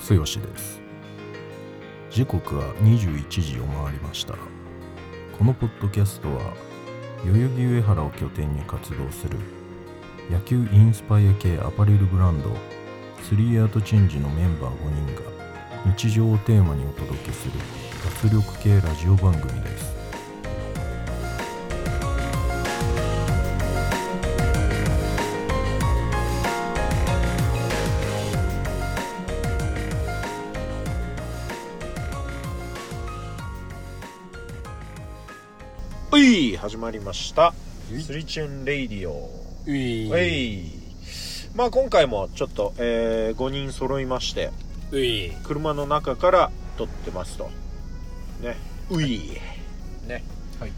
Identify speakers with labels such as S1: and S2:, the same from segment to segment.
S1: 剛です時刻は21時を回りましたこのポッドキャストは代々木上原を拠点に活動する野球インスパイア系アパレルブランドスリーアートチェンジのメンバー5人が日常をテーマにお届けする脱力系ラジオ番組ですはい始まりました
S2: い
S1: スリチュンレイディオ
S2: うい
S1: はい。まあ今回もちょっと、えー、5人揃いまして、
S2: うい
S1: 車の中から撮ってますと。ね。うい。ね。
S2: はい。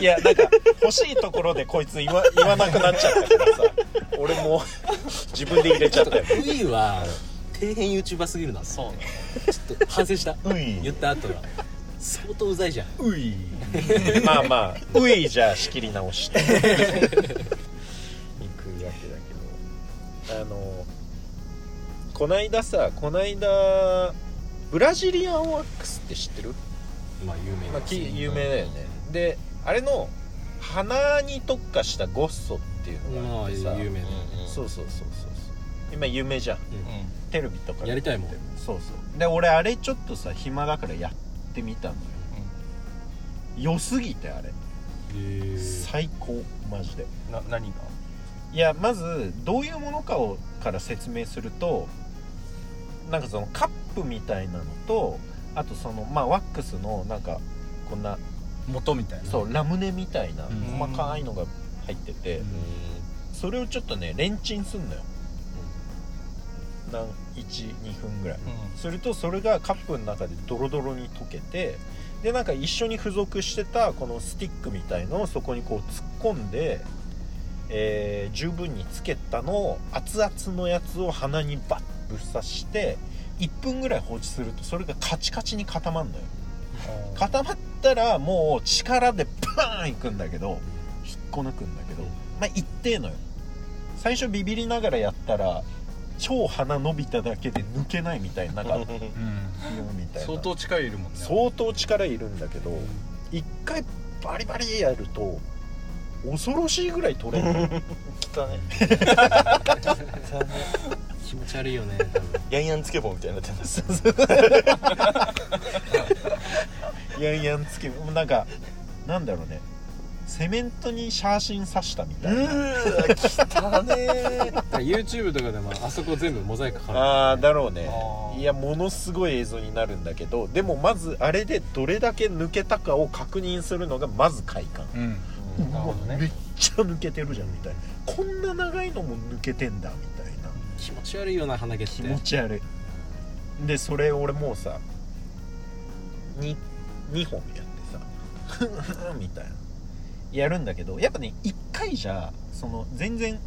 S1: いや、なんか、欲しいところでこいつ言わ言わなくなっちゃったからさ、俺も自分で入れちゃったよ。
S2: ういは底辺 YouTuber すぎるなそうちょっと反省した
S1: うい
S2: 言った後は相当うざいじゃん
S1: うい。まあまあ、ういじゃあ仕切り直して。いくわけだけど。あの、こないださ、こないだ、ブラジリアンワックスって知ってる、
S2: まあ有名
S1: まあ、き有名だよね。で、あれの、鼻に特化したゴッソっていうのがあってさ、
S2: まあ有名だよね
S1: そうそうそうそうそう。今有名じゃん。テレビとかで
S2: やりたいもん
S1: そうそうで俺あれちょっとさ暇だからやってみたのよ、良すぎてあれ最高マジで
S3: な何が
S1: いやまずどういうものかをから説明するとなんかそのカップみたいなのとあとそのまあワックスのなんかこんな
S3: 元みたいな
S1: そうラムネみたいな
S2: うん
S1: 細かいのが入っててそれをちょっとねレンチンすんのよなん12分ぐらいするとそれがカップの中でドロドロに溶けてでなんか一緒に付属してたこのスティックみたいのをそこにこう突っ込んで、えー十分につけたのを熱々のやつを鼻にバッぶっ刺して1分ぐらい放置するとそれがカチカチに固まるのよ
S3: か
S1: 固まったらもう力でバーンいくんだけど引っこ抜くんだけど、
S2: うん
S1: まあ一定のよ最初ビビりながらやったら超鼻伸びただけで抜けないみたいななんか
S3: うん
S1: みたいな
S3: 相当近いいるもんね
S1: 相当力いるんだけど一回バリバリやると恐ろしいぐらい取れる
S4: 汚ね
S2: 気持ち悪いよね多分
S4: ヤンヤンつけ棒みたいになっ てます
S1: やんやんつけもうなんかなんだろうねセメントにシャーシン刺したみたいな
S4: 汚ね
S2: だから YouTube とかでもあそこ全部モザイクかか
S1: ああーだろうね
S3: あー
S1: いやものすごい映像になるんだけどでもまずあれでどれだけ抜けたかを確認するのがまず快感
S3: うん
S1: うわ
S3: なるほどね
S1: めっちゃ抜けてるじゃんみたいなこんな長いのも抜けてんだみたいな
S2: る気持ち悪いよな鼻毛って
S1: 気持ち悪いでそれ俺もうさ 2, 2本やってさふんふんみたいなやるんだけどやっぱね1回じゃその全然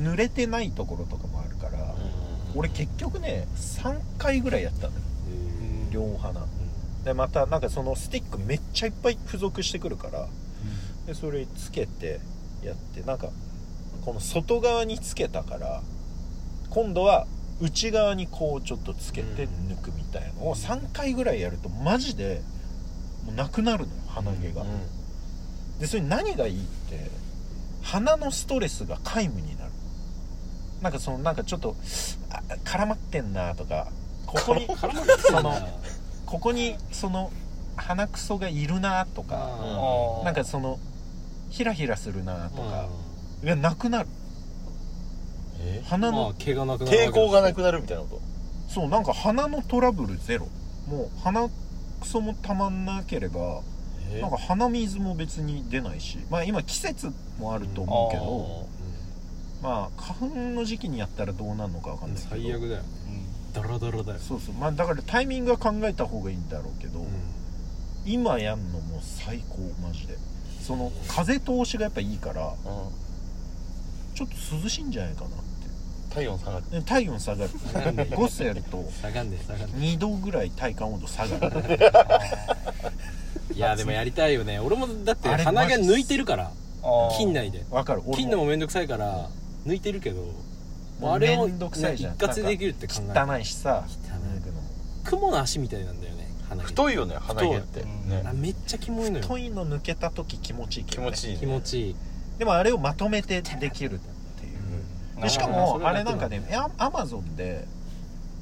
S1: 濡れてないところとかもあるから、俺結局ね3回ぐらいやったのよ
S2: うん
S1: 両鼻でまたなんかそのスティックめっちゃいっぱい付属してくるからでそれつけてやってなんかこの外側につけたから今度は内側にこうちょっとつけて抜くみたいのを3回ぐらいやるとマジでもうなくなるのよ鼻毛が、でそれ何がいいって鼻のストレスが皆無になるなんかそのなんかちょっとあ絡まってんなとかここに
S2: 絡まってた
S1: そのここにその鼻くそがいるなとか
S2: あ
S1: なんかそのヒラヒラするな
S2: ー
S1: とか、いやなくなる鼻
S2: まあ
S1: の、
S2: 毛がなくなる
S4: 抵抗がなくなるみたいなこ
S1: そうなんか鼻のトラブルゼロもう鼻くそもたまんなければ
S4: と
S1: なんか鼻水も別に出ないしまあ今季節もあると思うけどまあ花粉の時期にやったらどうなるのかわかんないけど
S2: 最悪だよドロドロだよ
S1: そうそうまあだからタイミングは考えた方がいいんだろうけど、今やんのもう最高マジでその風通しがやっぱいいからちょっと涼しいんじゃないかなっ
S4: 体温下がる
S1: てで体温下がる
S2: 下がんねえ
S1: ゴスやると
S2: 下がんねえ下がんね
S1: 2度ぐらい体感温度下がる
S2: えいやでもやりたいよね俺もだって
S1: あれ
S2: 鼻毛抜いてるから
S3: あー
S2: 切んないで
S1: わかる俺も
S2: 切んのもめんどくさいから抜いてるけど
S1: もう
S2: あれを
S1: めんどくさいじゃん
S2: 一括でできるって考え
S1: 汚いしさ
S2: 汚い
S1: 脱ぐのも
S2: 雲の足みたいなんだよね鼻毛
S4: 太いよね鼻毛って、
S3: 太い
S2: あ
S4: ね、
S2: めっちゃキモいのよ
S1: 太いの抜けた時気持ちいいけ
S4: 気
S1: どね
S4: 持ちいい、ね、
S2: 気持ちいい
S1: でもあれをまとめてできるっていう
S4: うん
S1: でしか
S2: そ
S1: も
S2: れ
S1: あ
S2: がや
S1: れ
S2: っ
S1: な
S2: てる
S1: ん
S2: わ
S1: か
S2: け
S1: ねアマゾンで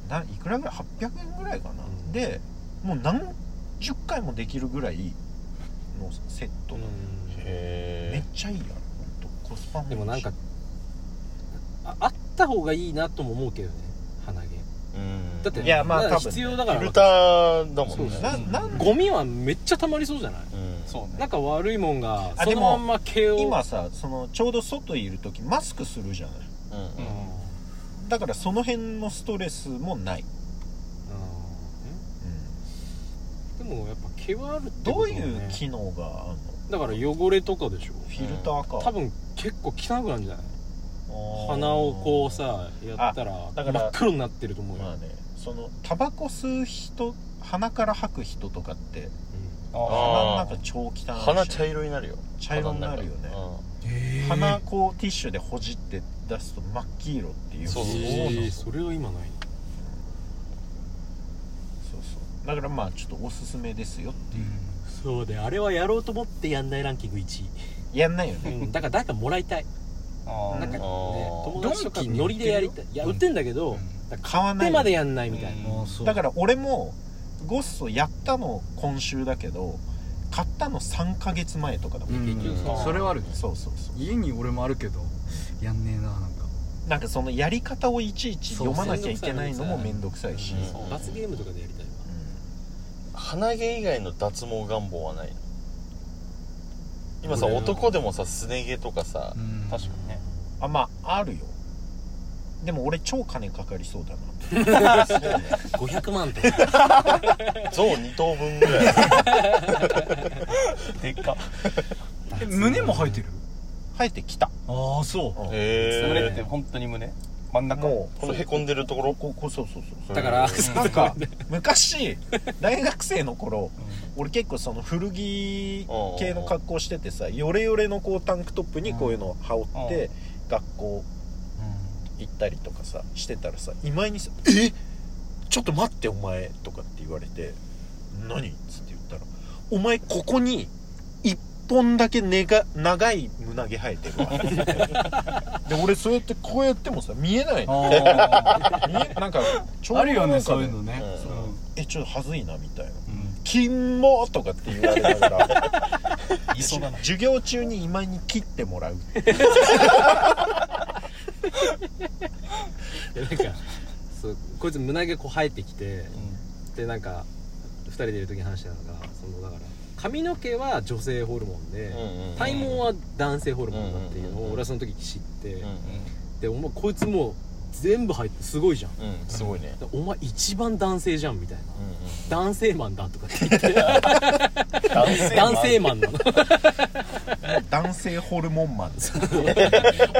S1: ないくらぐらい800円ぐらいかな、
S2: うん
S1: でもう何十回もできるぐらいのセットなの、めっ
S4: へ
S1: ちゃいいやろほんとコスパもいいし
S2: でもなんかああった方がいいなとも思うけどね鼻毛
S4: えうん
S2: だって
S1: いやまあ
S2: だから
S1: 多分ね
S2: 必要だか
S4: フィ
S2: ら
S4: ルターだもん
S2: そう
S4: ね
S2: そう
S1: ななん
S2: ゴミはめっちゃ溜まりそうじゃない
S4: うん
S3: そうね
S2: なんか悪いもんが
S1: あ
S2: そ
S1: で
S2: の
S1: も
S2: まんま毛を
S1: 今さそのちょうど外いる時マスクするじゃない
S4: うんうん
S3: うん
S1: だからその辺のストレスもない、
S2: うんでもやっぱ毛はあるって
S1: ど
S2: こ
S1: う
S2: とだよね
S1: いう機能があんの
S2: だから汚れとかでしょ
S1: フィルターか、
S2: 多分結構汚くなるんじゃない
S1: あー
S2: 鼻をこうさやったら
S1: だから
S2: 真っ黒になってると思うよ、
S1: まあねそのタバコ吸う人鼻から吐く人とかって
S3: あ
S1: 鼻
S4: あ
S1: の中超汚いじゃん
S4: 鼻茶色になるよ
S1: 茶色になるよね
S4: 鼻の中
S3: ー
S1: 鼻こうティッシュでほじって出すと真っ黄色っていう
S4: そう
S2: え
S1: そう
S2: ー、それは今ない
S1: そうだからまあちょっとおすすめですよ
S2: そうであれはやろうと思ってやんないランキング1
S1: やんないよね
S2: 位、うん、だから誰かもらいたい
S3: あ
S2: なんかね
S4: あー
S2: 友達とか
S3: ドンキに
S2: ノリでやりたいいや
S3: うん
S2: 売ってんだけど、だから
S1: 買わ
S2: 買っ
S1: な
S2: て
S1: い
S2: までやんないみたいな、
S3: うん
S1: だから俺もゴッソやったの今週だけど買ったの3ヶ月前とかだもん、
S3: うん
S2: 結局さ
S3: それはあるね
S1: そうそうそう
S3: 家に俺もあるけどやんねえななんか
S1: なんかそのやり方をいちいち読まなきゃいけないのも
S2: そう
S1: めんどくさいし、
S4: うん
S2: そう罰ゲームとかでやりたいわ
S4: 鼻毛以外の脱毛願望はないの今さ
S2: 俺
S4: 男でもさすね毛とかさ
S3: うん
S4: 確かにね
S1: あまああるよでも俺超金かかりそうだな
S2: 500万とか
S4: 象2頭分ぐらいでっか
S3: え胸も生えてる
S1: 生えてきた、
S3: ああそ う
S1: うん
S4: へえ
S5: 胸って本当に胸真ん中
S1: もう
S4: このへこんでるところ
S1: ここそうそうそう
S2: だから
S1: そうなんか昔大学生の頃俺結構その古着系の格好しててさヨレヨレのこうタンクトップにこういうのを羽織って学校行ったりとかさしてたらさ今井にさ「えちょっと待ってお前」とかって言われて「何?」っつって言ったら「お前ここに一本だけ根が長い胸毛生えてる わ」で俺そうやってこうやってもさ見えないの
S3: あ
S1: 見えなんかちょう
S3: ー
S1: ど
S3: あるよ
S1: なん
S3: ね
S1: か
S3: そういうのね
S4: うん
S3: うん
S1: えちょっとはずいなみたいな
S3: うん
S1: 「キモ!」とかって言われなが ら
S5: いそうだな
S1: 授業中に今井に切ってもらう
S2: でなんかそうこいつ胸毛こう生えてきて、でなんか2人でいる時に話してたのがそのだから髪の毛は女性ホルモンで、
S4: うんうん
S2: 体毛は男性ホルモンだっていうのを俺はその時知って、
S4: うん
S2: でお前こいつもう全部入ってすごいじゃん
S4: うんうんすごいね
S2: でお前一番男性じゃんみたいな
S4: うんうん
S2: 男性マンだとかって言って
S4: 男
S2: 男性マンなの
S1: 男性ホルモンマンです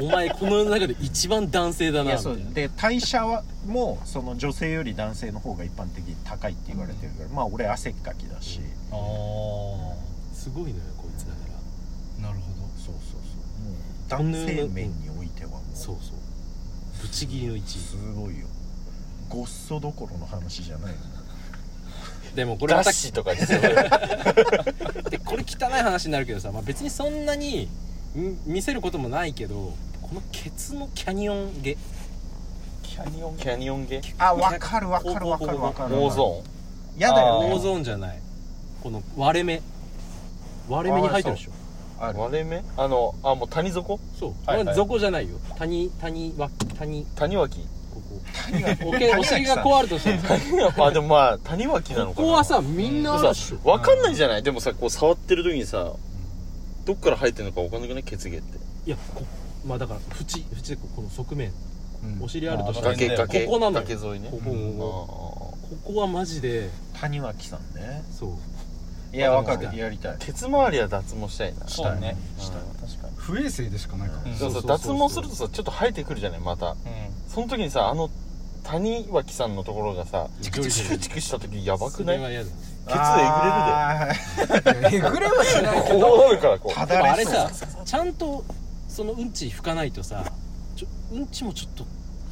S2: お前この世の中で一番男性だ
S1: い
S2: な
S1: や
S2: みた
S1: そ
S2: いうな
S1: で代謝はもうその女性より男性の方が一般的に高いって言われてるから、まあ俺汗っかきだし、
S3: ああ
S2: すごいのよこいつだから
S3: なるほど
S1: そうそうそうもう男性面においてはもう
S2: そうそうぶち切りの1
S1: すごいよごっそどころの話じゃないよ
S2: 位でもこれ
S4: ダ
S2: ま
S4: ッ
S2: た
S4: シーとかにすごいうん
S2: でこれ汚い話になるけどさ、まあ、別にそんなにん見せることもないけどこのケツのキャニオン毛
S4: キャニオンキャニオン毛
S1: あ分かる分かる分かる分かる
S4: 大ゾーン
S1: やだよ
S4: あ
S2: 大
S1: ね
S2: ゾーンじゃないこの割れ目割れ目に入ってるでしょ
S1: ある
S4: 割れ目あのあもう谷底
S2: そうこ
S4: はい
S2: れ
S4: はい
S2: 底じゃないよ谷谷は谷
S4: 谷脇
S2: ここ
S1: 谷 垣
S2: おけお
S1: 谷
S2: 尻
S1: 垣
S2: が
S1: さん
S2: こうあるとして
S4: あでもまあ谷脇なの
S2: こ
S4: かな
S2: こはさみんなあるでし
S4: さ
S2: ょ
S4: わかんないじゃないでもさこう触ってる時にさどっから生えてるのかわかんなくない血毛って
S2: いやこまあだから縁縁でここの側面
S3: うん
S2: お尻あるとしたら
S4: 崖
S5: 崖
S4: 崖
S2: ここなのよ
S4: 崖沿いね
S2: ここ
S4: あ
S2: こ
S4: ー
S2: こはマジで
S1: 谷脇さんね
S2: そう
S1: いや
S2: わ
S1: 分
S2: か
S1: か
S2: る
S1: るやりたい
S4: 鉄周りは脱毛したいな
S5: そうね
S4: うん
S5: 確かに
S3: 不衛生でしかないから
S5: うん
S4: でも
S2: そ
S4: さ
S2: うそうそう
S4: 脱毛するとさちょっと生えてくるじゃないまた
S5: うん
S4: その時にさあの谷脇さんのところがさチクチクチクした時やばくない
S2: それは嫌だ
S4: ケツ
S1: え
S4: え
S1: ぐれるで
S3: えぐれはしない
S4: ぐれるでこうなるからこう
S1: た
S2: でも
S1: だ
S2: あ
S1: れそ
S2: れ
S1: う
S2: さちゃんとそのうんち拭かないとさちょうんちもちょっと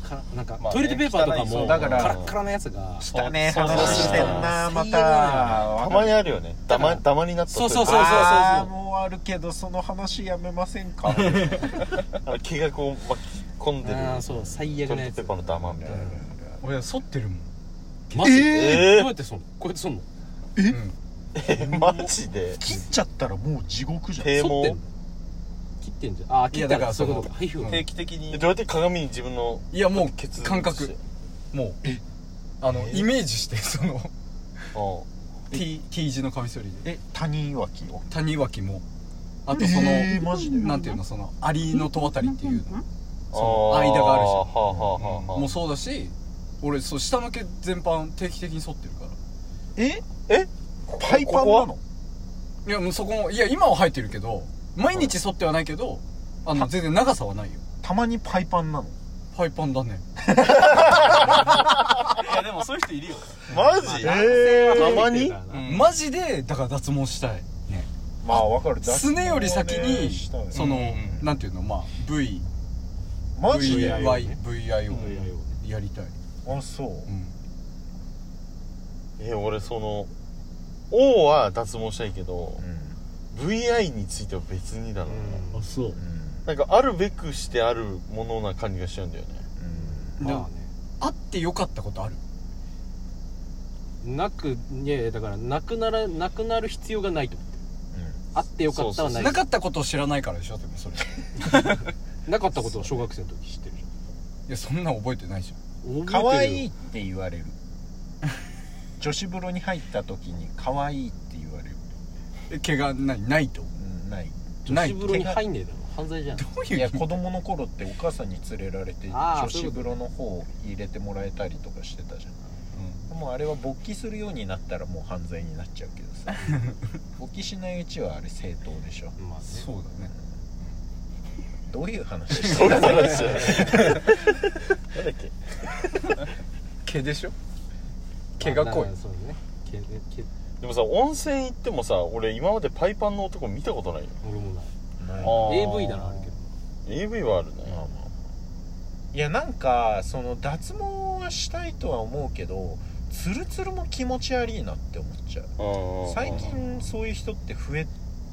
S2: からなんか、
S5: まあ
S2: ト
S5: ね
S2: イレットペーパーとか
S5: 汚
S2: も
S5: い
S1: だから
S2: カラッカラのやつが
S1: 汚ね
S5: そうそうそう
S1: 話してんなまた
S4: たまにあるよねダマダマになった
S2: そうそうそう
S1: あーもうあるけどその話やめませんか
S4: あの毛がこう巻き込んでる
S2: ああそう最悪
S4: トイ
S2: な
S4: レ
S2: や
S4: ット
S2: つ
S4: ペーパーのダマみたいな
S3: 俺剃ってるもん
S2: マジ
S4: えー
S2: どうやってそんのこうやってそんの
S3: うん
S4: えマジで
S1: 切っちゃったらもう地獄じゃん
S4: 手
S2: 剃ってん
S4: も
S2: の切ってんじゃんああ切っ
S3: いや
S2: た
S3: だから
S2: そういうこと
S3: そ
S2: か配布
S5: 定期的に
S4: どうやって鏡に自分の
S3: いやも
S4: ケツ
S3: う感覚もうあのイメージしてその
S4: うん
S3: T, T 字のカミソリで
S1: え他人いわきを
S3: 谷脇もあとその、
S1: えーマジで
S3: なんていうのそのアリの戸渡りっていうのその
S4: あー
S3: 間があるじゃん
S4: はあはあはあはあ
S3: もうそうだし俺そう下の毛全般定期的に剃ってるから
S1: え
S4: え
S1: パイパンなの
S3: いやもうそこもいや今は生えてるけど毎日剃ってはないけどあの全然長さはないよ
S1: たまにパイパンなの
S3: パイパンだ ね
S5: いやでもそういう人いるよ
S4: マジたまに
S5: うん
S3: マジでだから脱毛したいね
S1: まあわかる
S3: すねより先にその、
S5: うんうんうん
S3: なんていうのまあ V
S1: マジで
S3: VI VIO やりたい、
S1: あそう
S4: え俺その O は脱毛したいけど
S1: うん
S4: VI については別にだな
S2: あそう
S1: う
S4: なんかあるべくしてあるものな感じがしちゃうんだよね
S1: ん
S3: で
S2: ま
S3: もあってよかったことある
S2: あねなくいやいやだからなくならなくなる必要がないと思ってるあってよかったはない
S3: なかったことを知らないからでしょでもそれい
S2: なかったことを小学生の時知ってるじ
S3: やそんなん覚えてないじゃん
S2: ゃん
S1: 可
S2: 覚えてる
S1: 愛い
S2: よ
S1: って言われる女子風呂に入った時に可愛いって言われる
S3: え毛がないないと
S1: うんない
S3: ない
S2: 女子風呂に入んねえだろ犯罪じゃん
S3: どういう
S1: い
S3: い
S1: や子供の頃ってお母さんに連れられて
S2: あー
S1: 女子風呂の方入れてもらえたりとかしてたじゃんでもあれは勃起するようになったらもう犯罪になっちゃうけどさ勃起しないうちはあれ正当でしょ
S2: まあね
S3: そうだね
S1: どういう話して
S4: そう
S1: る
S4: いう話じゃないなんだっけ
S3: 毛でしょ毛が濃い
S2: まあだからそうね毛ね毛
S4: でもさ温泉行ってもさ俺今までパイパンの男見たことないよ
S2: 俺もない
S1: ない
S5: あー
S2: AV ならあるけど
S4: AV はあるね
S1: まあまあまあいやなんかその脱毛はしたいとは思うけどツルツルも気持ち悪いなって思っちゃう
S4: うん
S1: 最近そういう人って増え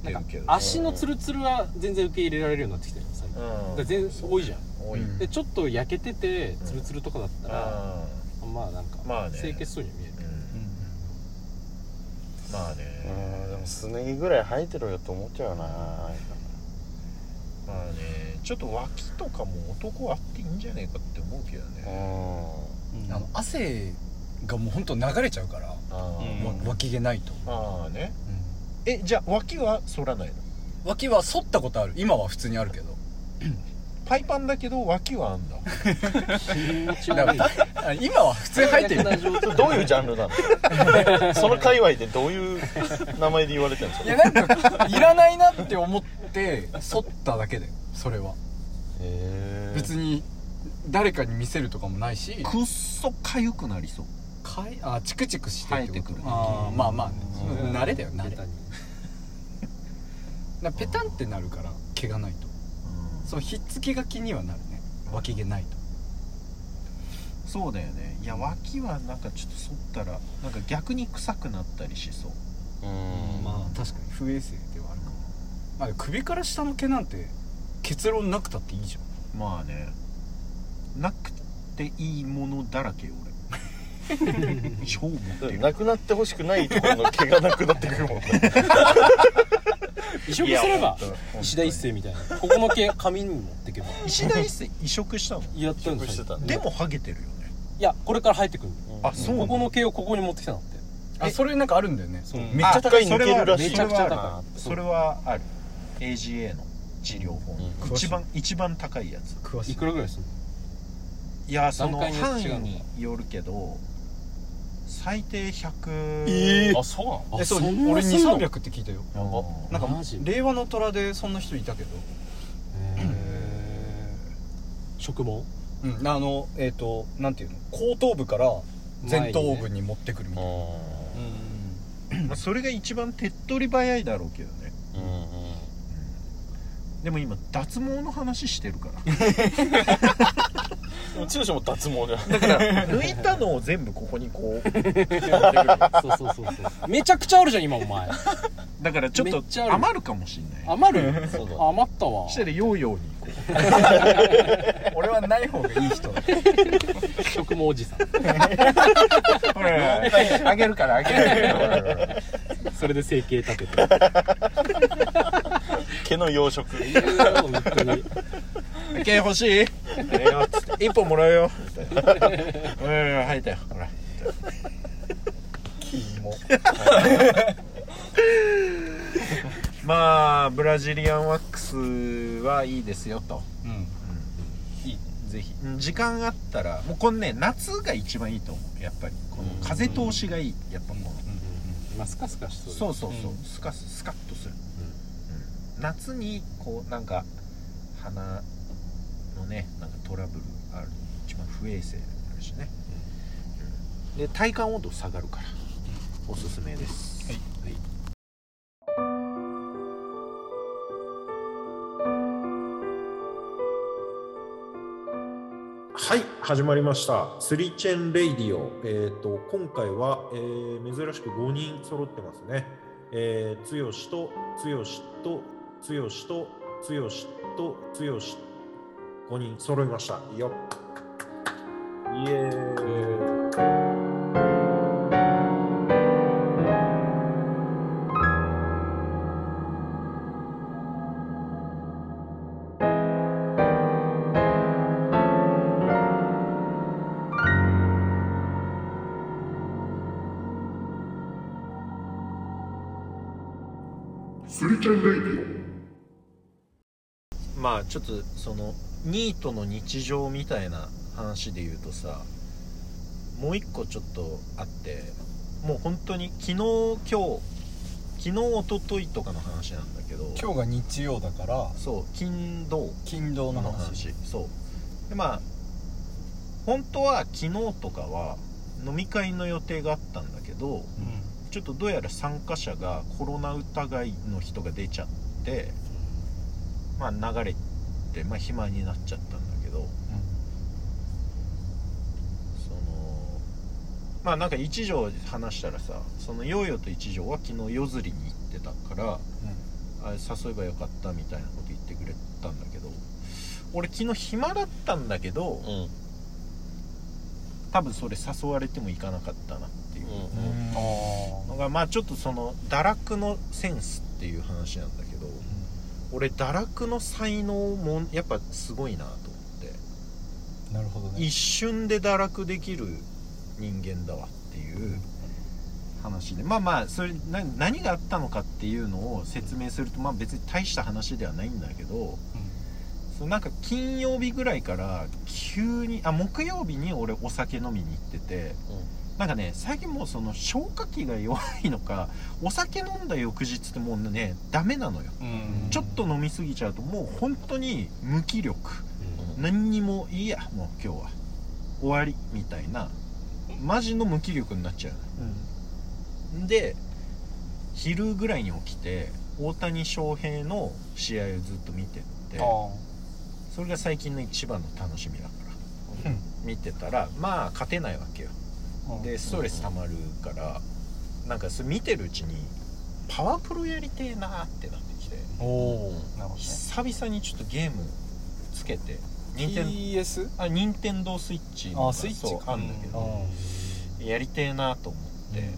S1: てるけどさ
S2: 足のツルツルは全然受け入れられるようになってきたよ最近だから全然多いじゃん
S1: うん多い、
S3: うん
S2: でちょっと焼けててツルツルとかだったら、
S1: あ
S2: まあなんか、
S1: まあね
S2: 清潔そうには見える
S1: ーうんまあね
S4: うんでもすね毛ぐらい生えてろよと思っちゃうな
S1: まあねちょっと脇とかも男あっていいんじゃねえかって思うけど
S4: う
S1: ね
S4: ん
S3: あの汗がもうほんと流れちゃうから、
S1: あー
S5: うん
S3: わ脇毛ないと、
S1: まあねえじゃあ脇は反らないの
S3: 脇は剃ったことある今は普通にあるけど
S1: パイパンだけど脇はあんだ
S2: 気持ち
S3: だか
S2: 悪い
S3: らあ今は普通に生えてる
S2: 最悪な状態
S4: どういうジャンルなのその界隈でどういう名前で言われてるんです
S3: い
S4: か
S3: やなんかいらないなって思って剃っただけだよそれは
S4: へ
S3: 別に誰かに見せるとかもないし
S1: くっそかゆくなりそう
S3: かいあチクチクしてってこ
S1: 生
S3: と
S1: えてくる
S3: あーまあまあね
S2: うん
S3: 慣れだよ慣れ
S2: ベ タに
S3: なペタンってなるから毛がないとそうひっつきが気にはなるね脇毛ないと
S1: そうだよねいや脇はなんかちょっと反ったらなんか逆に臭くなったりしそう
S4: うん
S3: まあ確かに不衛生ではあるかも、まあ、でも首から下の毛なんて結論なくたっていいじゃん
S1: まあねなくていいものだらけよ俺超持ってる
S4: なくなってほしくないところの毛がなくなってくるもんね
S2: 移植すれば
S1: いや本当
S2: 石田一世みたいなここの毛髪に持ってけば
S1: 石田一世移植したの
S2: やったん
S4: 移植してたね
S1: でもハゲてるよね
S2: いやこれから生えてくる
S1: あそうなの
S2: ここの毛をここに持ってきたんだって
S3: あそれなんかあるんだよね
S2: そう
S4: めっちゃ高い抜けるらしい
S2: めちゃくちゃ高い
S1: それはある AGA の治療法、
S4: う
S1: 一番一番高いやつ
S3: 詳し
S2: い
S3: い
S2: くらぐらいするの
S1: いやその
S2: 段階によっ
S1: 範囲
S2: て違うのか
S1: によるけど最低100
S3: え
S5: あそうなの
S3: えそう
S2: そんな
S3: 俺
S2: すんの
S3: 2300って聞いたよ
S1: やば
S3: なんか
S2: マジ
S3: 令和の虎でそんな人いたけど
S2: 植毛
S3: うんあのえっ、となんていうの後頭部から前頭部に持ってくるみたいな、
S4: う
S1: まあそれが一番手っ取り早いだろうけどね、
S4: んうんうん
S1: でも今脱毛の話してるから
S4: でも剛も脱毛じゃん
S1: だから抜いたのを全部ここにこう
S2: そうそうそうそうめちゃくちゃあるじゃん今お前
S1: だからちょっ
S2: めっちゃあ
S1: と
S2: る
S1: 余るかもしんない
S2: 余るよ
S4: そうだ
S2: 余ったわ
S1: したらヨーヨーにこう
S3: 俺はない方がいい人だ
S2: 食もおじさん
S3: あげるからあげる
S2: それで整形立てて
S4: 毛の養殖
S2: いや本当に
S1: 「毛欲しい?」「一本もらうよ」みたいな「うんうん入ったよほら」まあブラジリアンワックスはいいですよと
S5: うん
S1: ぜひうん時間あったらもうこのね夏が一番いいと思うやっぱりこの風通しがいいやっぱこの
S2: まあスカスカしそう
S1: そうそうそう、
S5: うん
S1: スカススカッとする、うん夏にこうなんか鼻のねなんかトラブルある一番不衛生になるしね、うんで体感温度下がるから、おすすめです、
S5: はい
S1: はい始まりました「スリチェン・レイディオ」えー、と今回は、えー珍しく5人揃ってますねえー、剛と剛と剛と剛と剛5人揃いましたよっイエーイまあちょっとそのニートの日常みたいな話で言うとさもう一個ちょっとあってもう本当に昨日今日昨日一昨日とかの話なんだけど
S5: 今日が日曜だから
S1: そう金土
S5: 金土の
S1: の
S5: 話
S1: 話そうでまあ本当は昨日とかは飲み会の予定があったんだけど
S5: う
S1: ちょっとどうやら参加者がコロナ疑いの人が出ちゃってまあ流れて、まあ、暇になっちゃったんだけどそのまあなんか一条話したらさそのヨーヨーと一条は昨日夜釣りに行ってたから、あれ誘えばよかったみたいなこと言ってくれたんだけど俺昨日暇だったんだけど、
S4: うんうん
S1: 多分それ誘われても行かなかったなっていう
S5: ああ
S1: のが、まあちょっとその堕落のセンスっていう話なんだけど、俺堕落の才能もやっぱすごいなと思って。
S5: なるほどね
S1: 一瞬で堕落できる人間だわっていう話でまあまあそれな何があったのかっていうのを説明するとまあ別に大した話ではないんだけど、そうなんか金曜日ぐらいから急にあ木曜日に俺お酒飲みに行ってて、なんかね最近もうその消化器が弱いのかお酒飲んだ翌日ってもうねダメなのよ
S5: うん
S1: ちょっと飲み過ぎちゃうともう本当に無気力何にもいいやもう今日は終わりみたいなマジの無気力になっちゃうので昼ぐらいに起きて大谷翔平の試合をずっと見てって
S5: あ
S1: それが最近の一番の楽しみだから、
S5: うん
S1: 見てたらまあ勝てないわけよ
S5: あ
S1: でストレス溜まるからなんかそれ見てるうちにパワープロやりてえなーってなってきて
S5: おおなるほどね
S1: 久々にちょっとゲームつけて任天
S5: PS?
S1: あ任天堂スイッチのが
S5: あスイッチか
S1: そうあんだけ
S5: あ
S1: ど、やりてえなと思って、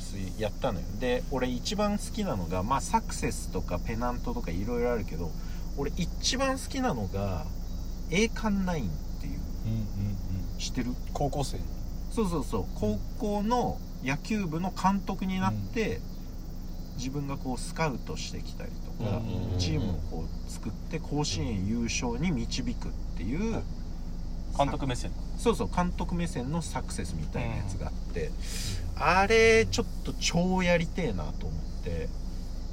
S1: スイやったのよで俺一番好きなのがまあサクセスとかペナントとかいろいろあるけど俺一番好きなのが栄冠ナインっていう
S5: うんうんうん
S1: 知ってる
S5: 高校生
S1: そうそうそう高校の野球部の監督になって、自分がこうスカウトしてきたりとか、
S4: うん
S1: チームをこう作って甲子園優勝に導くっていう、
S5: 監督目線
S1: そうそう監督目線のサクセスみたいなやつがあって、あれちょっと超やりてえなと思って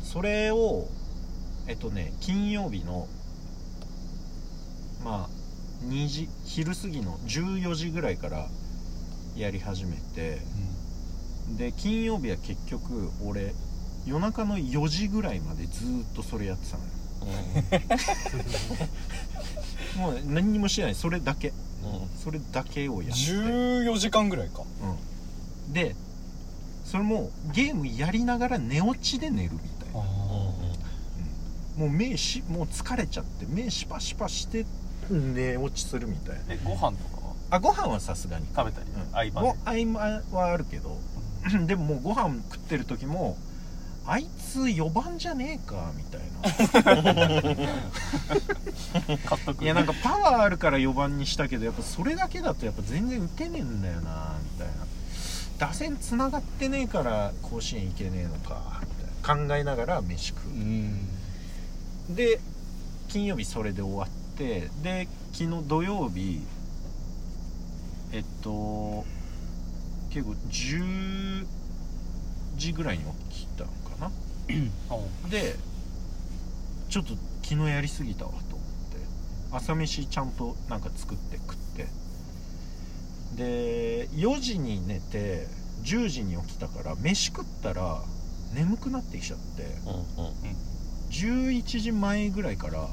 S1: それをえっとね金曜日のまあ2時昼過ぎの14時ぐらいからやり始めてで金曜日は結局俺夜中の4時ぐらいまでずーっとそれやってたのよもう何にもしないそれだけ
S4: うん
S1: それだけをやって
S3: 14時間ぐらいか
S1: でそれもゲームやりながら寝落ちで寝るみたいなもう目しもう疲れちゃって目シパシパして寝落ちするみたいな
S5: えご飯とかは
S1: あご飯はさすがに
S5: 食べたり
S1: うん
S5: 相
S1: ご
S5: 葉
S1: 合間はあるけどでももうご飯食ってる時もあいつ4番じゃねえかみたいな
S5: で買っとく
S1: いやなんかパワーあるから4番にしたけどやっぱそれだけだとやっぱ全然打てねえんだよなみたいな打線つながってねえから甲子園行けねえのかみたいな考えながら飯食う
S3: うん
S1: で金曜日それで終わってで昨日土曜日えっと結構10時ぐらいに起きたのかな
S5: う
S1: でちょっと昨日やりすぎたわと思って朝飯ちゃんとなんか作って食ってで4時に寝て10時に起きたから飯食ったら眠くなってきちゃって11時前ぐらいから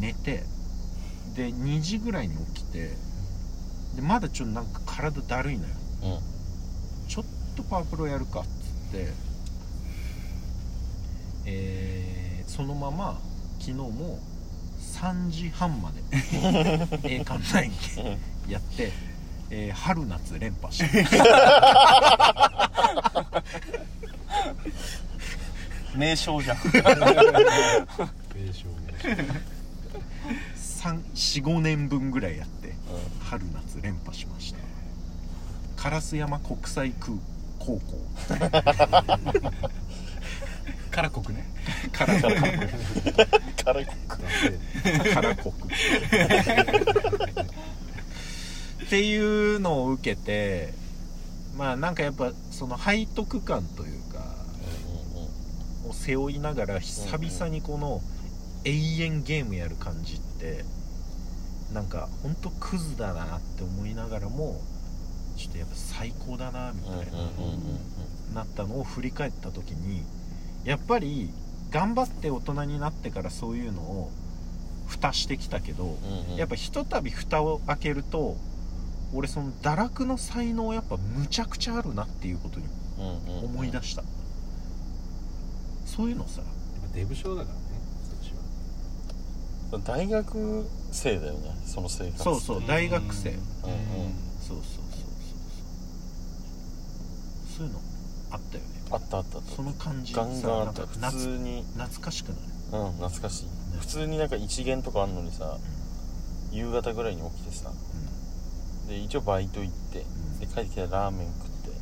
S1: 寝てで2時ぐらいに起きてでまだちょっとなんか体だるいのよちょっとパワプロやるかっつってえーそのまま昨日も3時半まで栄冠ナインでやって、えー春夏連覇して
S5: ん名称じゃん
S2: 名称
S1: 45年分ぐらいやって春夏連覇しました烏山国際空高校
S3: から国 ね
S1: から
S4: からこく
S1: から国っていうのを受けてまあなんかやっぱその背徳感というかを背負いながら久々にこの永遠ゲームやる感じってなんかほんとクズだなって思いながらもちょっとやっぱ最高だなみたいな。なったのを振り返った時にやっぱり頑張って大人になってからそういうのを蓋してきたけど、やっぱひとたび蓋を開けると俺その堕落の才能やっぱむちゃくちゃあるなっていうことに思い出した、そういうのさ
S2: デブ症だからねそっちは
S4: 大学生だよねその生活
S1: そうそうう大学生、
S4: うんうん
S1: そうそうそうそうそういうのあったよね
S4: あったあったあっ
S1: その感じ
S4: たガンガンあった
S1: さ
S4: 普
S1: なんか
S4: 通に
S1: 懐懐かしくない
S4: うん懐かしい普通になんか一元とかあんのにさ夕方ぐらいに起きてさで一応バイト行ってで帰ってきたらラーメン食って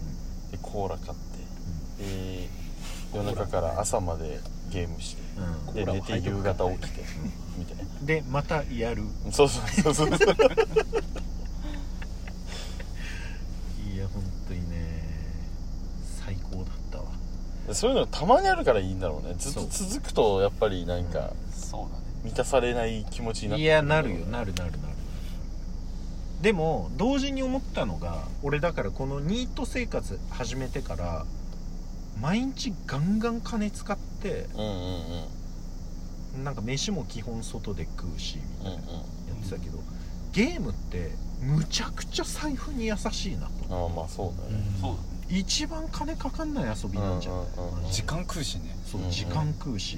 S4: でコーラ買ってで夜中から朝までゲームして
S1: うんうん
S4: で
S2: コーラ
S4: 寝
S2: を
S4: て
S2: 背
S4: 夕
S2: 徳感
S4: 方起きてみたいな
S1: でまたやる
S4: そうそうそうそうそう
S1: いや本当にね最高だったわ
S4: そういうのたまにあるからいいんだろうねずっと続くとやっぱりなんか
S5: そうだね
S4: 満たされない気持ちになっ
S1: い
S4: て
S1: やなるよなるなるなるでも同時に思ったのが俺だからこのニート生活始めてから毎日ガンガン金使って
S4: うんうんうんうん
S1: なんか飯も基本外で食うしみたいな
S4: うん
S1: やってたけどゲームってむちゃくちゃ財布に優しいなと
S4: ああまあそうだよね
S5: そう
S1: 一番金かかんない遊びなんじゃん
S4: うんうんうんうん
S3: 時間食うしね
S1: そう
S4: うんうん
S1: 時間食うし、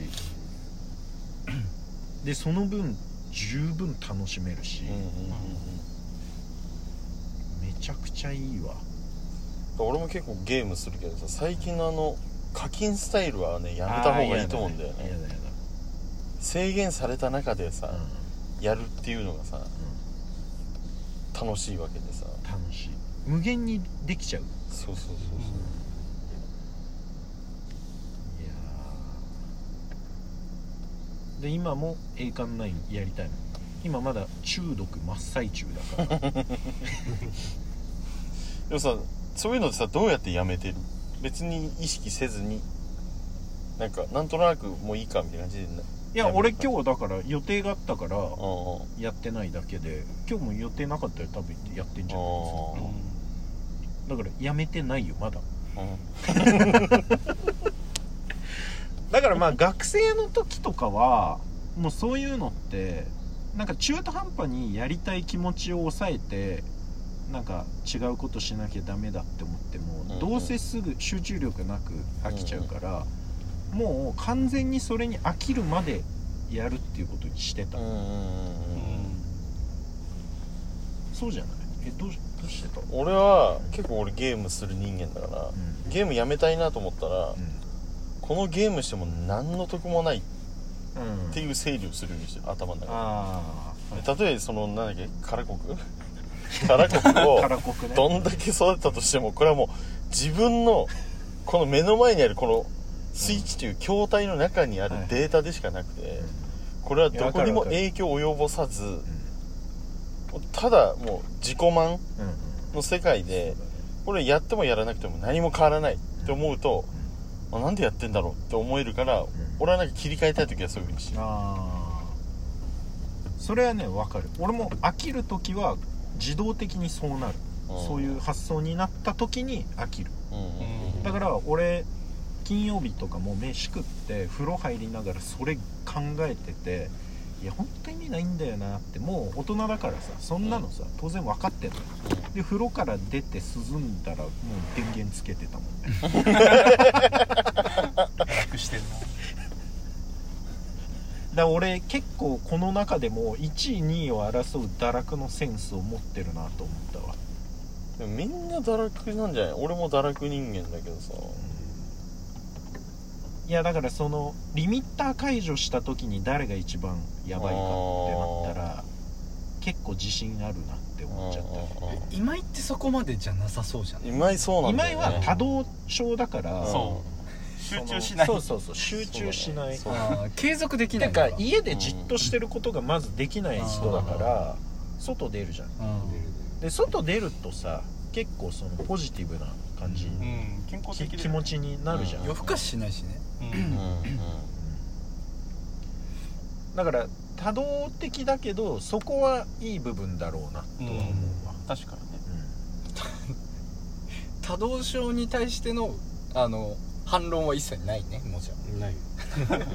S1: でその分十分楽しめるし、
S4: うんうんうん
S1: めちゃくちゃいいわ
S4: うん俺も結構ゲームするけどさ最近のあの課金スタイルはねやめた方がいいと思うんだよ
S1: あーや
S4: ね
S1: だや
S4: 制限された中でさ
S1: だ、うん
S4: やるっていうのがさ楽しいわけでさ
S1: うん、楽しい無限にできちゃう
S4: そうそうそう
S1: いやーで今も栄冠ナインやりたいもん今まだ中毒真っ最中 だから
S4: でもさそういうのってさどうやってやめてる別に意識せずになんかなんとなくもういいかみたいな感じでない
S1: や俺今日だから予定があったから
S4: うんうん
S1: やってないだけで今日も予定なかったら多分やってんじゃないですか
S5: だね
S1: だからやめてないよまだ
S4: う
S1: だからまあ学生の時とかはもうそういうのってなんか中途半端にやりたい気持ちを抑えてなんか違うことしなきゃダメだって思っても、
S4: んうん
S1: どうせすぐ集中力なく飽きちゃうから、もう完全にそれに飽きるまでやるっていうことにしてた、
S4: うんうんうんうん
S1: そうじゃないえどうしどうしてた、うん
S4: 俺は結構俺ゲームする人間だからゲームやめたいなと思ったらこのゲームしても何の得もない
S1: うん
S4: っていう整理をするようにしてる頭の中
S1: ああ、はい、
S4: で例えばそのなんだっけ空国 空国を
S1: カラコクね
S4: どんだけ育てたとしてもこれはもう自分のこの目の前にあるこのスイッチという筐体の中にある
S1: はい
S4: データでしかなくてこれはどこにも影響を及ぼさずただもう自己満
S1: うんうん
S4: の世界でこれやってもやらなくても何も変わらないって思うとあなんでやってんだろうって思えるから俺はなんか切り替えたい時はそういうふうにしてる
S1: あーそれはね分かる俺も飽きる時は自動的にそうなる、
S4: ん
S1: そういう発想になった時に飽きる
S4: うんうんうん
S1: だから俺金曜日とかもう飯食って風呂入りながらそれ考えてていや本当に意味ないんだよなってもう大人だからさそんなのさ当然分かってんのよで風呂から出て涼んだらもう電源つけてたもんね
S5: 楽してる
S1: だから俺結構この中でも1位2位を争う堕落のセンスを持ってるなと思ったわ
S4: でもみんな堕落なんじゃない俺も堕落人間だけどさ
S1: いやだからそのリミッター解除した時に誰が一番やばいかってなったら結構自信あるなって思っちゃった
S4: うんうんうん
S3: え今井ってそこまでじゃなさそうじゃん
S4: 今井そうなん
S1: 今
S4: だ
S1: 井
S4: よ、ね、
S1: は多動症だから
S4: うん
S5: そ集中しない
S1: そのそうそうそう集中しない、
S4: そうだね
S3: あー継続できな
S1: て
S3: いの
S1: か家でじっとしてることがまずできない人だから外出るじゃん
S3: うん
S1: で外出るとさ結構そのポジティブな感じ、
S5: ううん健康
S1: き
S5: 的で
S1: 気持ちになるじゃん、
S3: 夜更かししないしね
S5: うん
S4: うんうん
S1: だから多動的だけどそこはいい部分だろうなとは思うわ、
S5: 確かにね
S3: 多動症に対してのあの反論は一切ないねもちろん
S2: ない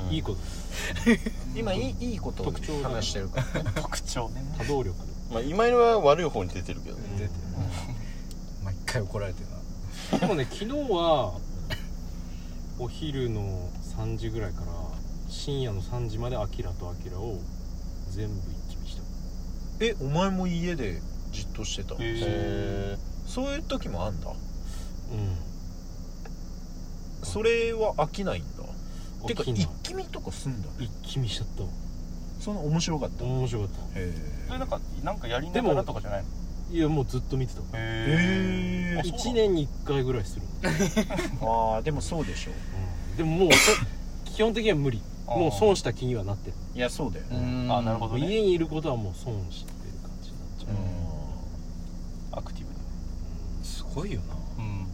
S4: うん
S2: いいこと
S1: うん今いいいいことを
S2: 特徴が
S1: 話してるからね
S5: 特徴ね
S2: 多動力
S4: まあ今井は悪い方に出てるけどね
S2: 出て
S3: 毎回怒られてるな
S2: るでもね昨日はお昼の3時ぐらいから深夜の3時までアキラとアキラを全部一気見した
S1: えお前も家でじっとしてた、
S4: へ
S1: そういう時もあんだ
S2: う
S1: それは飽きないんだ
S2: ん
S1: てか
S2: 飽きない
S1: 一気見とかすんだ
S2: 一気見しちゃったわ
S1: そんな面白かった、へ
S2: 面白かっ
S1: え
S5: それなんかなんかやりながらとかじゃないの
S2: たいやもうずっと見てた
S1: へえ
S5: あそうなの
S2: 1年に1回ぐらいする、
S1: ああでもそうでしょう
S2: うん、でももう そ基本的には無理
S5: あー
S2: もう損した気にはなってる
S1: いやそうだよね、
S5: あなるほどね
S2: 家にいることはもう損してる感じになっちゃう、
S5: アクティブだ
S3: すごいよな
S5: うん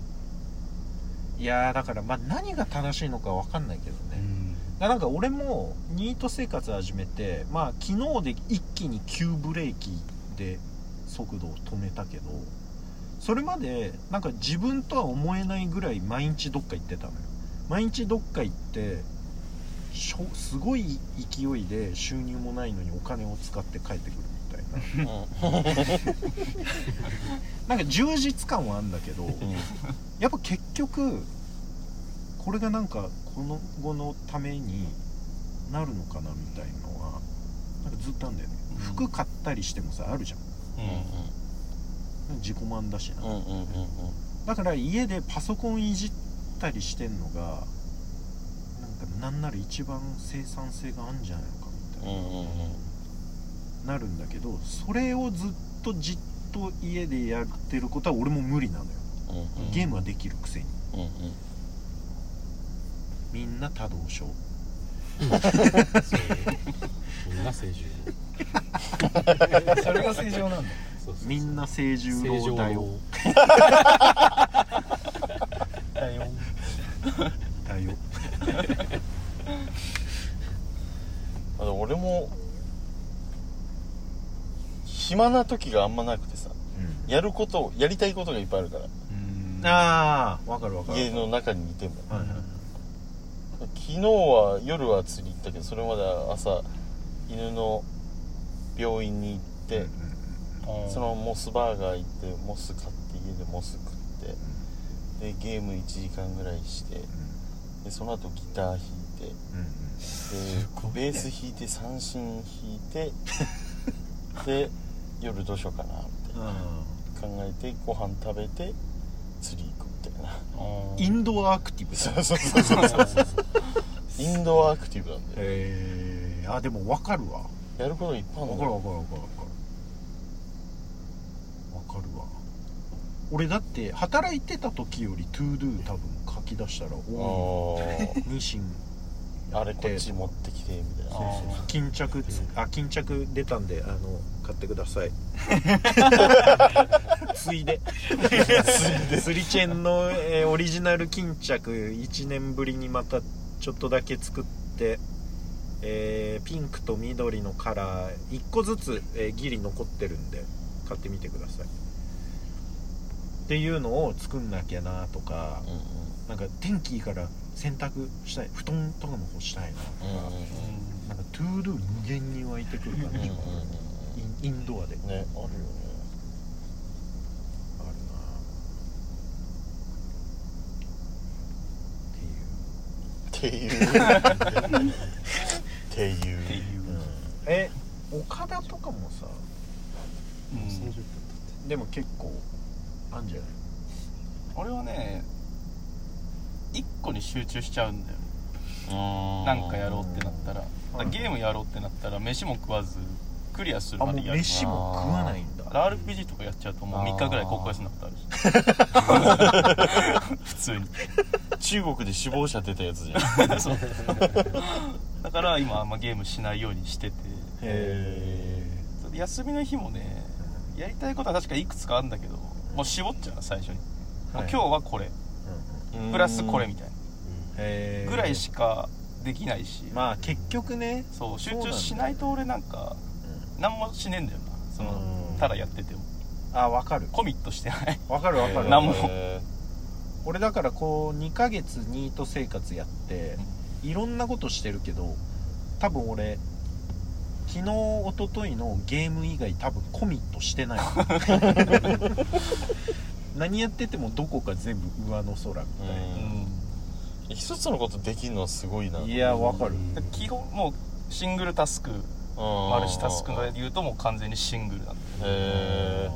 S1: いやーだからまあ何が正しいのか分かんないけどね、だからなんか俺もニート生活始めてまあ昨日で一気に急ブレーキで速度を止めたけどそれまでなんか自分とは思えないぐらい毎日どっか行ってたのよ毎日どっか行ってしょすごい勢いで収入もないのにお金を使って帰ってくるみたいな
S4: うん
S1: なんか充実感はあんだけどやっぱ結局これがなんかこの後のためになるのかなみたいのはなんかずっとあんだよね、服買ったりしてもさあるじゃん自己満だしな、
S4: うんうんうんうんうん
S1: だから家でパソコンいじったりしてんのがなんかなんなら一番生産性があるんじゃないのかみたい
S4: うんうんうん
S1: な、なるんだけどそれをずっとじっと家でやってることは俺も無理なのよ
S4: うん
S1: ゲームはできるくせに
S4: うん
S1: みんな多動症
S2: そうみんな成獣
S3: それが正常なんだ
S2: そうそうそう
S1: みんな成獣
S2: 正常
S1: 老だよ
S5: だよ
S1: だよ
S4: あと俺も暇な時があんまなくてさやることやりたいことがいっぱいあるから
S1: ああわかるわかる
S4: 家の中にいても
S1: はいはい
S4: 昨日は夜は釣り行ったけどそれまでは朝犬の病院に行って、そのモスバーガー行ってモス買って家でモス食ってでゲーム1時間ぐらいしてでその後ギター弾いてでベース弾いて三振弾いてで夜どうしようかなみたいな考えてご飯食べて釣り行くみたいな
S5: うん
S1: インドアアクティブだ
S4: そうそうそうそうそうインドアアクティブなん
S1: へ
S4: で
S1: えあでも分かるわ
S4: やることいっぱいある
S1: 分かる
S4: の
S1: 分かる分かる分かる分かるわ俺だって働いてた時よりトゥードゥ多分書き出したら多
S4: あ
S1: いミシン
S4: ーあれこっち持ってきてみたいな
S5: そうそう
S1: 巾着つあ巾着出たんであの買ってくださいついでスリチェンの、えーオリジナル巾着1年ぶりにまたちょっとだけ作って、えーピンクと緑のカラー1個ずつ、えーギリ残ってるんで買ってみてくださいっていうのを作んなきゃなとか
S4: うんうん
S1: なんか天気いいから洗濯したい布団とかも干したいな
S4: うんう ん
S1: なんかトゥードゥ無限に湧いてくる感
S4: うん
S1: じ
S4: う
S1: が
S4: んうん
S1: インインドアで
S4: ねあるよね
S1: あるなっていう
S4: っていうっていう
S5: っていう
S1: え岡田とかもさ
S5: うん
S1: でも結構あんじゃない
S5: 俺はね一個に集中しちゃうんだよ
S4: な
S5: なんかやろうってなったらだからゲームやろうってなったら飯も食わずクリアする
S1: あ
S5: ま
S1: もう
S5: でやる
S1: 飯も食わないん
S5: だ
S1: だ
S5: から RPG とかやっちゃうともう3日ぐらい公開するのことあるし 普通に
S4: 中国で死亡者出たやつじゃん
S5: そうだから今あんまゲームしないようにしてて
S1: へ
S5: 休みの日もねやりたいことは確かいくつかあるんだけどもう絞っちゃうの最初に、もう今日はこれプラスこれみたい
S1: え
S5: なぐらいしかできないし、
S1: まあ結局ね
S5: そう集中しないと俺なんか何もしねえんだよなそのただやってても
S1: あわかる
S5: コミットしてない
S1: わかるわかる
S5: 何も
S4: え
S1: 俺だからこう2ヶ月ニート生活やっていろんなことしてるけど多分俺昨日一昨日のゲーム以外多分コミットして ない何やっててもどこか全部上の空みたいな
S4: ー一つのことできるのはすごいない
S1: やわかる
S5: で基本もうシングルタスクマルチタスクの
S4: へ
S5: 言うともう完全にシングルなんで
S4: え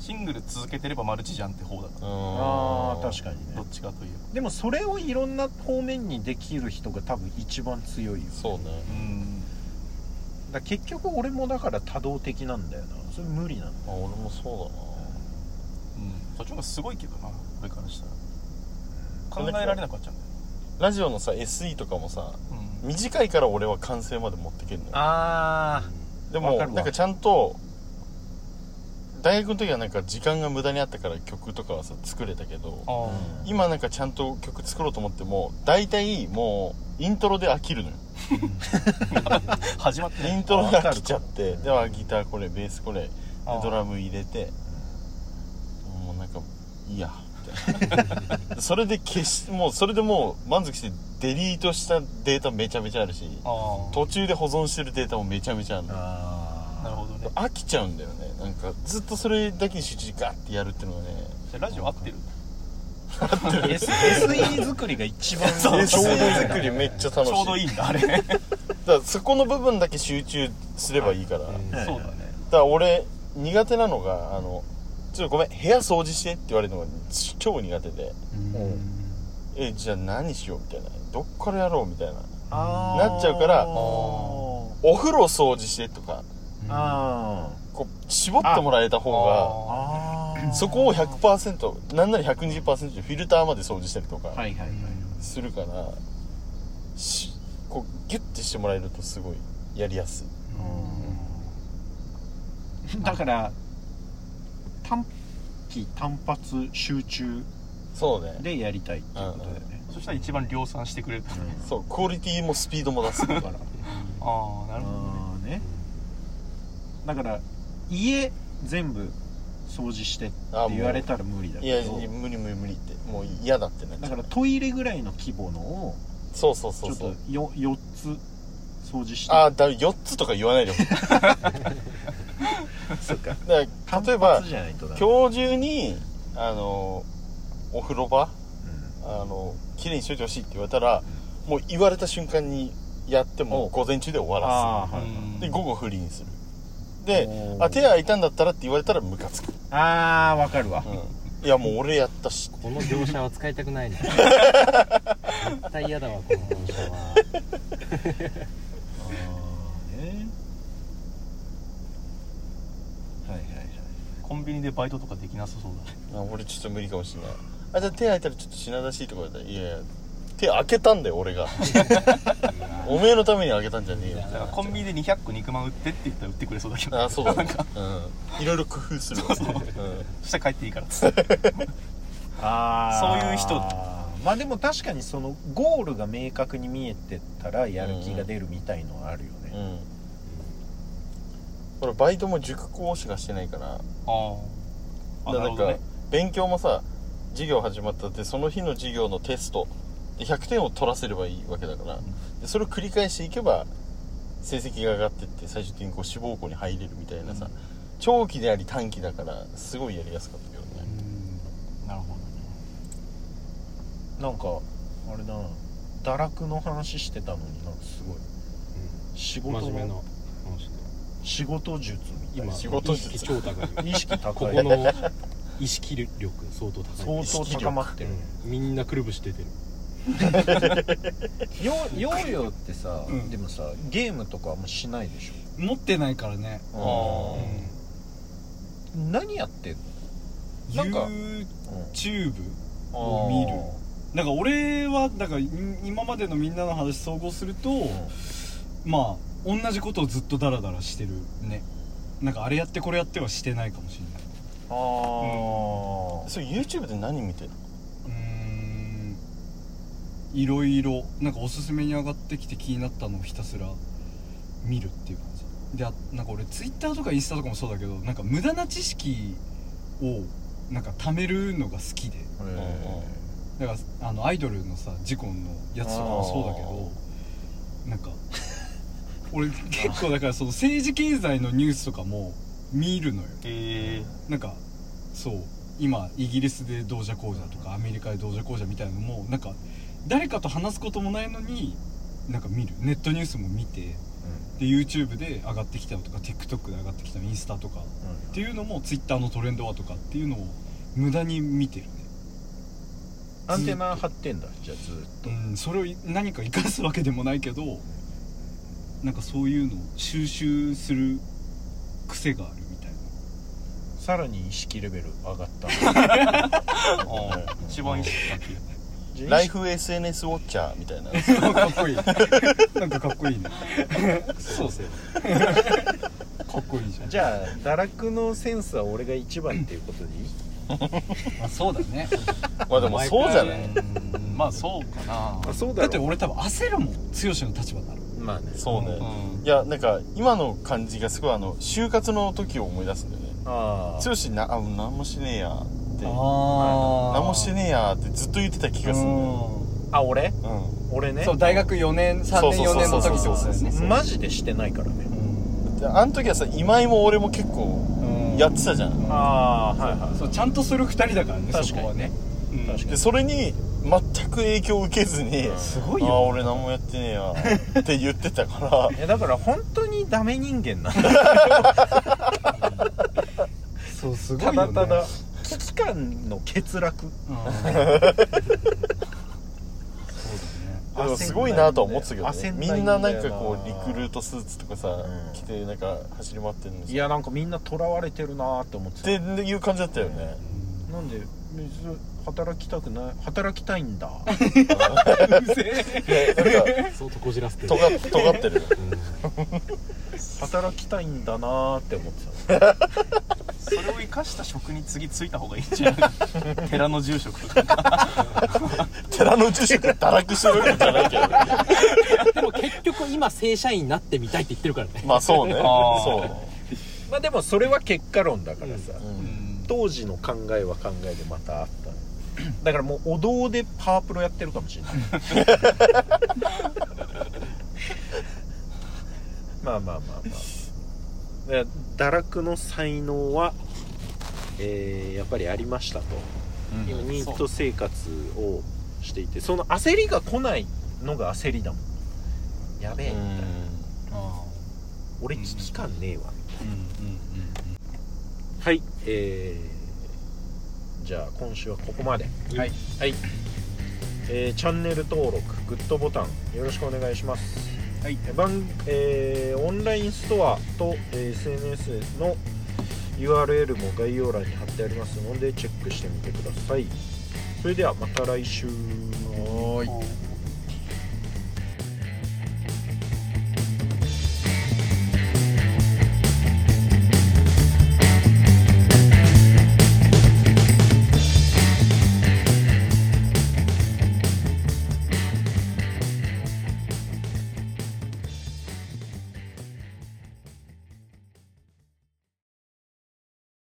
S5: シングル続けてればマルチじゃんって方だから
S1: あー確かに
S5: ど
S1: ね
S5: っちかといえば
S1: でもそれをいろんな方面にできる人が多分一番強いよ
S4: そうね
S5: うん
S1: だから結局俺もだから多動的なんだよなそれ無理 なんだ
S4: あ俺もそう
S5: うんそっちの方がすごいけどな俺からしたら考えられなくなっちゃうんだよ
S4: だなラジオのさ SE とかもさ
S5: うん
S4: 短いから俺は完成まで持ってけるのよ
S1: あ
S4: で
S1: わ
S4: も
S1: かるわ
S4: なんかちゃんと大学の時はなんか時間が無駄にあったから曲とかはさ作れたけど
S5: あ
S4: 今なんかちゃんと曲作ろうと思っても大体もうイントロで飽きるのよ
S5: ー 始まってな
S4: イ
S5: い
S4: ントロが飽きちゃってではギターこれベースこれで
S5: あー
S4: ドラム入れてもうなんかいい やみたいなそれで消しもうそれでもう満足してデリートしたデータめちゃめちゃあるし
S5: あー
S4: 途中で保存してるデータもめちゃめちゃあるの
S5: なる
S1: あ
S5: ほどね
S4: 飽きちゃうんだよねなんかずっとそれだけに集中してガッてやるっていうのはね
S5: じゃあラジオ合ってる
S1: S- SE 作りが一番ちょうどいい
S4: ちょうど
S1: な
S4: 作りめっちゃ楽しい
S5: ちょうどいいんだあれ
S4: だからそこの部分だけ集中すればいいから、だ
S5: そうだね
S4: から俺苦手なのがあのちょっとごめん部屋掃除してって言われるのが超苦手でえじゃあ何しようみたいなどっからやろうみたいな
S1: あー
S4: なっちゃうから
S1: あー
S4: お風呂掃除してとか
S1: あー
S4: こう絞ってもらえた方
S5: あ
S1: あ
S4: が
S1: ー
S4: そこを100%なんなら120%フィルターまで掃除したりとか
S1: はいはいはい
S4: するから、しこうギュッてしてもらえるとすごいやりやすい
S1: だから短期単発集中
S4: そうね
S1: でやりたいっていうことだよね
S5: ーそしたら一番量産してくれるからね
S4: そうクオリティもスピードも出すから
S5: ああなるほど
S1: あーねだから家全部掃除してって
S4: あーもう
S1: 言われたら無理だ
S4: い
S1: け
S4: や
S1: ど
S4: 無理無理無理ってもう嫌だってなっち
S1: だ
S4: ゃう
S1: からトイレぐらいの規模のを
S4: そうそう
S1: ち
S4: そ
S1: ょ
S4: う
S1: っ
S4: そ
S1: と
S4: う
S1: よ4つ掃除して
S4: ああだ4つとか言 わないでほしい
S1: そっか
S4: だから例えば
S1: 単発じゃないとだ
S4: 今日中にあのお風呂場
S1: うん
S4: あの綺麗にしといてほしいって言われたらもう言われた瞬間にやっても午前中で終わら
S1: あーはい
S4: すで午後不利にするで
S1: おー
S4: あ手空いたんだったらって言われたらムカつく、
S1: あーわかるわ
S4: うん、いやもう俺やったし
S2: この業者は使いたくないな絶対嫌だわこの業者は
S1: あーねはいはいはい
S5: コンビニでバイトとかできなさそうだね
S4: あ俺ちょっと無理かもしれないあじゃあ手空いたらちょっと品出しいとか言われたらいやいや手開けたんだよ 俺がおめえのために開けたんじゃねえよ
S5: だからコンビニで200個肉まん売ってって言ったら売ってくれそうだけど
S4: あそうだ
S5: なん
S4: ね
S5: か
S4: うんいろいろ工夫する
S5: そうそう
S4: うん
S5: そしたら帰っていいからっつって
S1: あー
S5: そういう人
S1: まあでも確かにそのゴールが明確に見えてたらやる気が出るみたいのはあるよ
S4: う
S1: ね、
S4: ん俺バイトも塾講師がしてないから
S5: あああ
S4: だから
S5: なる
S4: なん
S5: ほ
S4: か
S5: どね
S4: 勉強もさ授業始まったってその日の授業のテストで100点を取らせればいいわけだからでそれを繰り返していけば成績が上がってって最終的にこう志望校に入れるみたいなさ、長期であり短期だからすごいやりやすかったけどね
S5: なるほどね
S1: なんかあれだな堕落の話してたのになんかすごい仕
S2: うん
S1: 事
S2: 真面目な
S1: の
S2: 話で
S1: 仕事術みたい
S2: 今
S1: な
S4: 仕事
S2: 意
S4: 術
S2: 識超高い
S1: 意識
S2: こ
S1: 高い
S2: この意識力相当高い
S1: 相当高まってる
S2: うんみんなくるぶし出てる
S1: ヨヨーヨーってさ、
S3: うん
S1: でもさゲームとかあんましないでし
S3: 持ってないからね
S1: ょ、
S4: あ
S1: うん何やってんの、
S4: なんか
S3: YouTube
S4: あ
S3: 見るなんか俺はなんかい今までのみんなの話総合すると、まあ同じことをずっとダラダラしてるねなんかあれやってこれやってはしてないかもしれない
S1: ああ、
S4: それ YouTube で何見てる
S3: うーんいろいろなんかおすすめに上がってきて気になったのをひたすら見るっていう感じであなんか俺 Twitter とかインスタとかもそうだけどなんか無駄な知識をなんか貯めるのが好きで
S1: へー
S3: だからあのアイドルのさジコンのやつとかもそうだけどなんか俺結構だからその政治経済のニュースとかも見るのよ
S5: え
S3: なんかそう今イギリスで同社講座とかアメリカで同社講座みたいなのもなんか誰かと話すこともないのになんか見るネットニュースも見てで YouTube で上がってきたのとか TikTok で上がってきたのインスタとかっていうのも Twitter のトレンドはとかっていうのを無駄に見てるね
S1: アンテナ張ってんだじゃあずーっと、
S3: うん、それをい何か生かすわけでもないけどなんかそういうのを収集する癖があるみたいな
S1: さらに意識レベル上がった
S5: 一番意識
S1: じゃあ
S4: ライフ SNS ウォッチャーみたいな
S3: かっこいいなんかかっこいいね
S2: そうですよ
S3: かっこいいじゃん
S1: じゃあ堕落のセンスは俺が一番っていうことでいい
S3: あそうだね
S4: まあでもそうじゃない
S5: まあそうかな
S1: あそう
S3: だって俺多分焦るもん剛の立場になる
S1: まあね
S4: そうね、
S5: うん
S4: いやなんか今の感じがすごいあの就活の時を思い出すんだよね
S1: ああ
S4: 剛なあ何もしねえやって何
S3: あ
S4: もしてねえやってずっと言ってた気がするんだよ、
S1: あ俺
S4: うん
S1: 俺ね
S3: そう大学4年3年4年の時ってことだよね
S1: マジでしてないからね
S4: であの時はさ今井も俺も結構
S3: うん
S4: やってたじゃん、
S1: ああはいはい
S3: そうちゃんとする2人だからね
S1: 確かに
S3: そこはね
S1: 確かに
S4: でそれに全く影響を受けずに「
S3: すごい
S4: ああ
S3: よ
S4: 俺何もやってねえや」って言ってたから
S1: えだから本当にダメ人間なんだ
S3: そうすご
S1: た
S3: いよ
S1: だ
S3: ね
S1: ただ危機感の欠落
S3: うんそうだ ね
S4: でもすごいなとは思ってたけど、
S1: 焦
S4: ね、
S1: んない
S4: み
S1: んだよ
S4: んななんかこうリ
S1: な
S4: クルートスーツとかさ、
S1: うん
S4: 着てなんか走り回ってるんです
S1: い
S4: よ
S1: やなんかみんな囚われてるなーって思って
S4: ったていう感じだったよね
S1: なんで別に働きたくない働きたいんだ
S4: でなんか
S2: 相当こじらせてる
S4: 尖っ尖ってる
S1: 働きたいんだなーって思って
S5: それを生かした職に次ついた方がいいんじゃない寺の住職とか
S4: 寺の住職が堕落してるわけじゃないけどね
S2: でも結局今正社員になってみたいって言ってるからね
S4: まあそうね
S5: あー
S4: そうね
S1: たまあでもそれは結果論だからさ、
S4: うん
S1: 当時の考えは考えでまたあったねだからもうお堂でパワープロやってるかもしれないまあまあまあまあで堕落の才能は、えーやっぱりありましたと、
S3: 嗯
S4: うん
S1: 今ニート生活をしていてその焦りが来ないのが焦りだもんやべえみたいな、
S3: あ
S1: 俺危機感ねえわみたい
S3: うんうん
S1: なはいえー、じゃあ今週はここまで
S3: うんはい
S1: はい、えーチャンネル登録グッドボタンよろしくお願いします
S3: はい
S1: えー番えーオンラインストアと、えー SNS の URL も概要欄に貼ってありますのでチェックしてみてくださいそれではまた来週
S3: おーい
S5: うん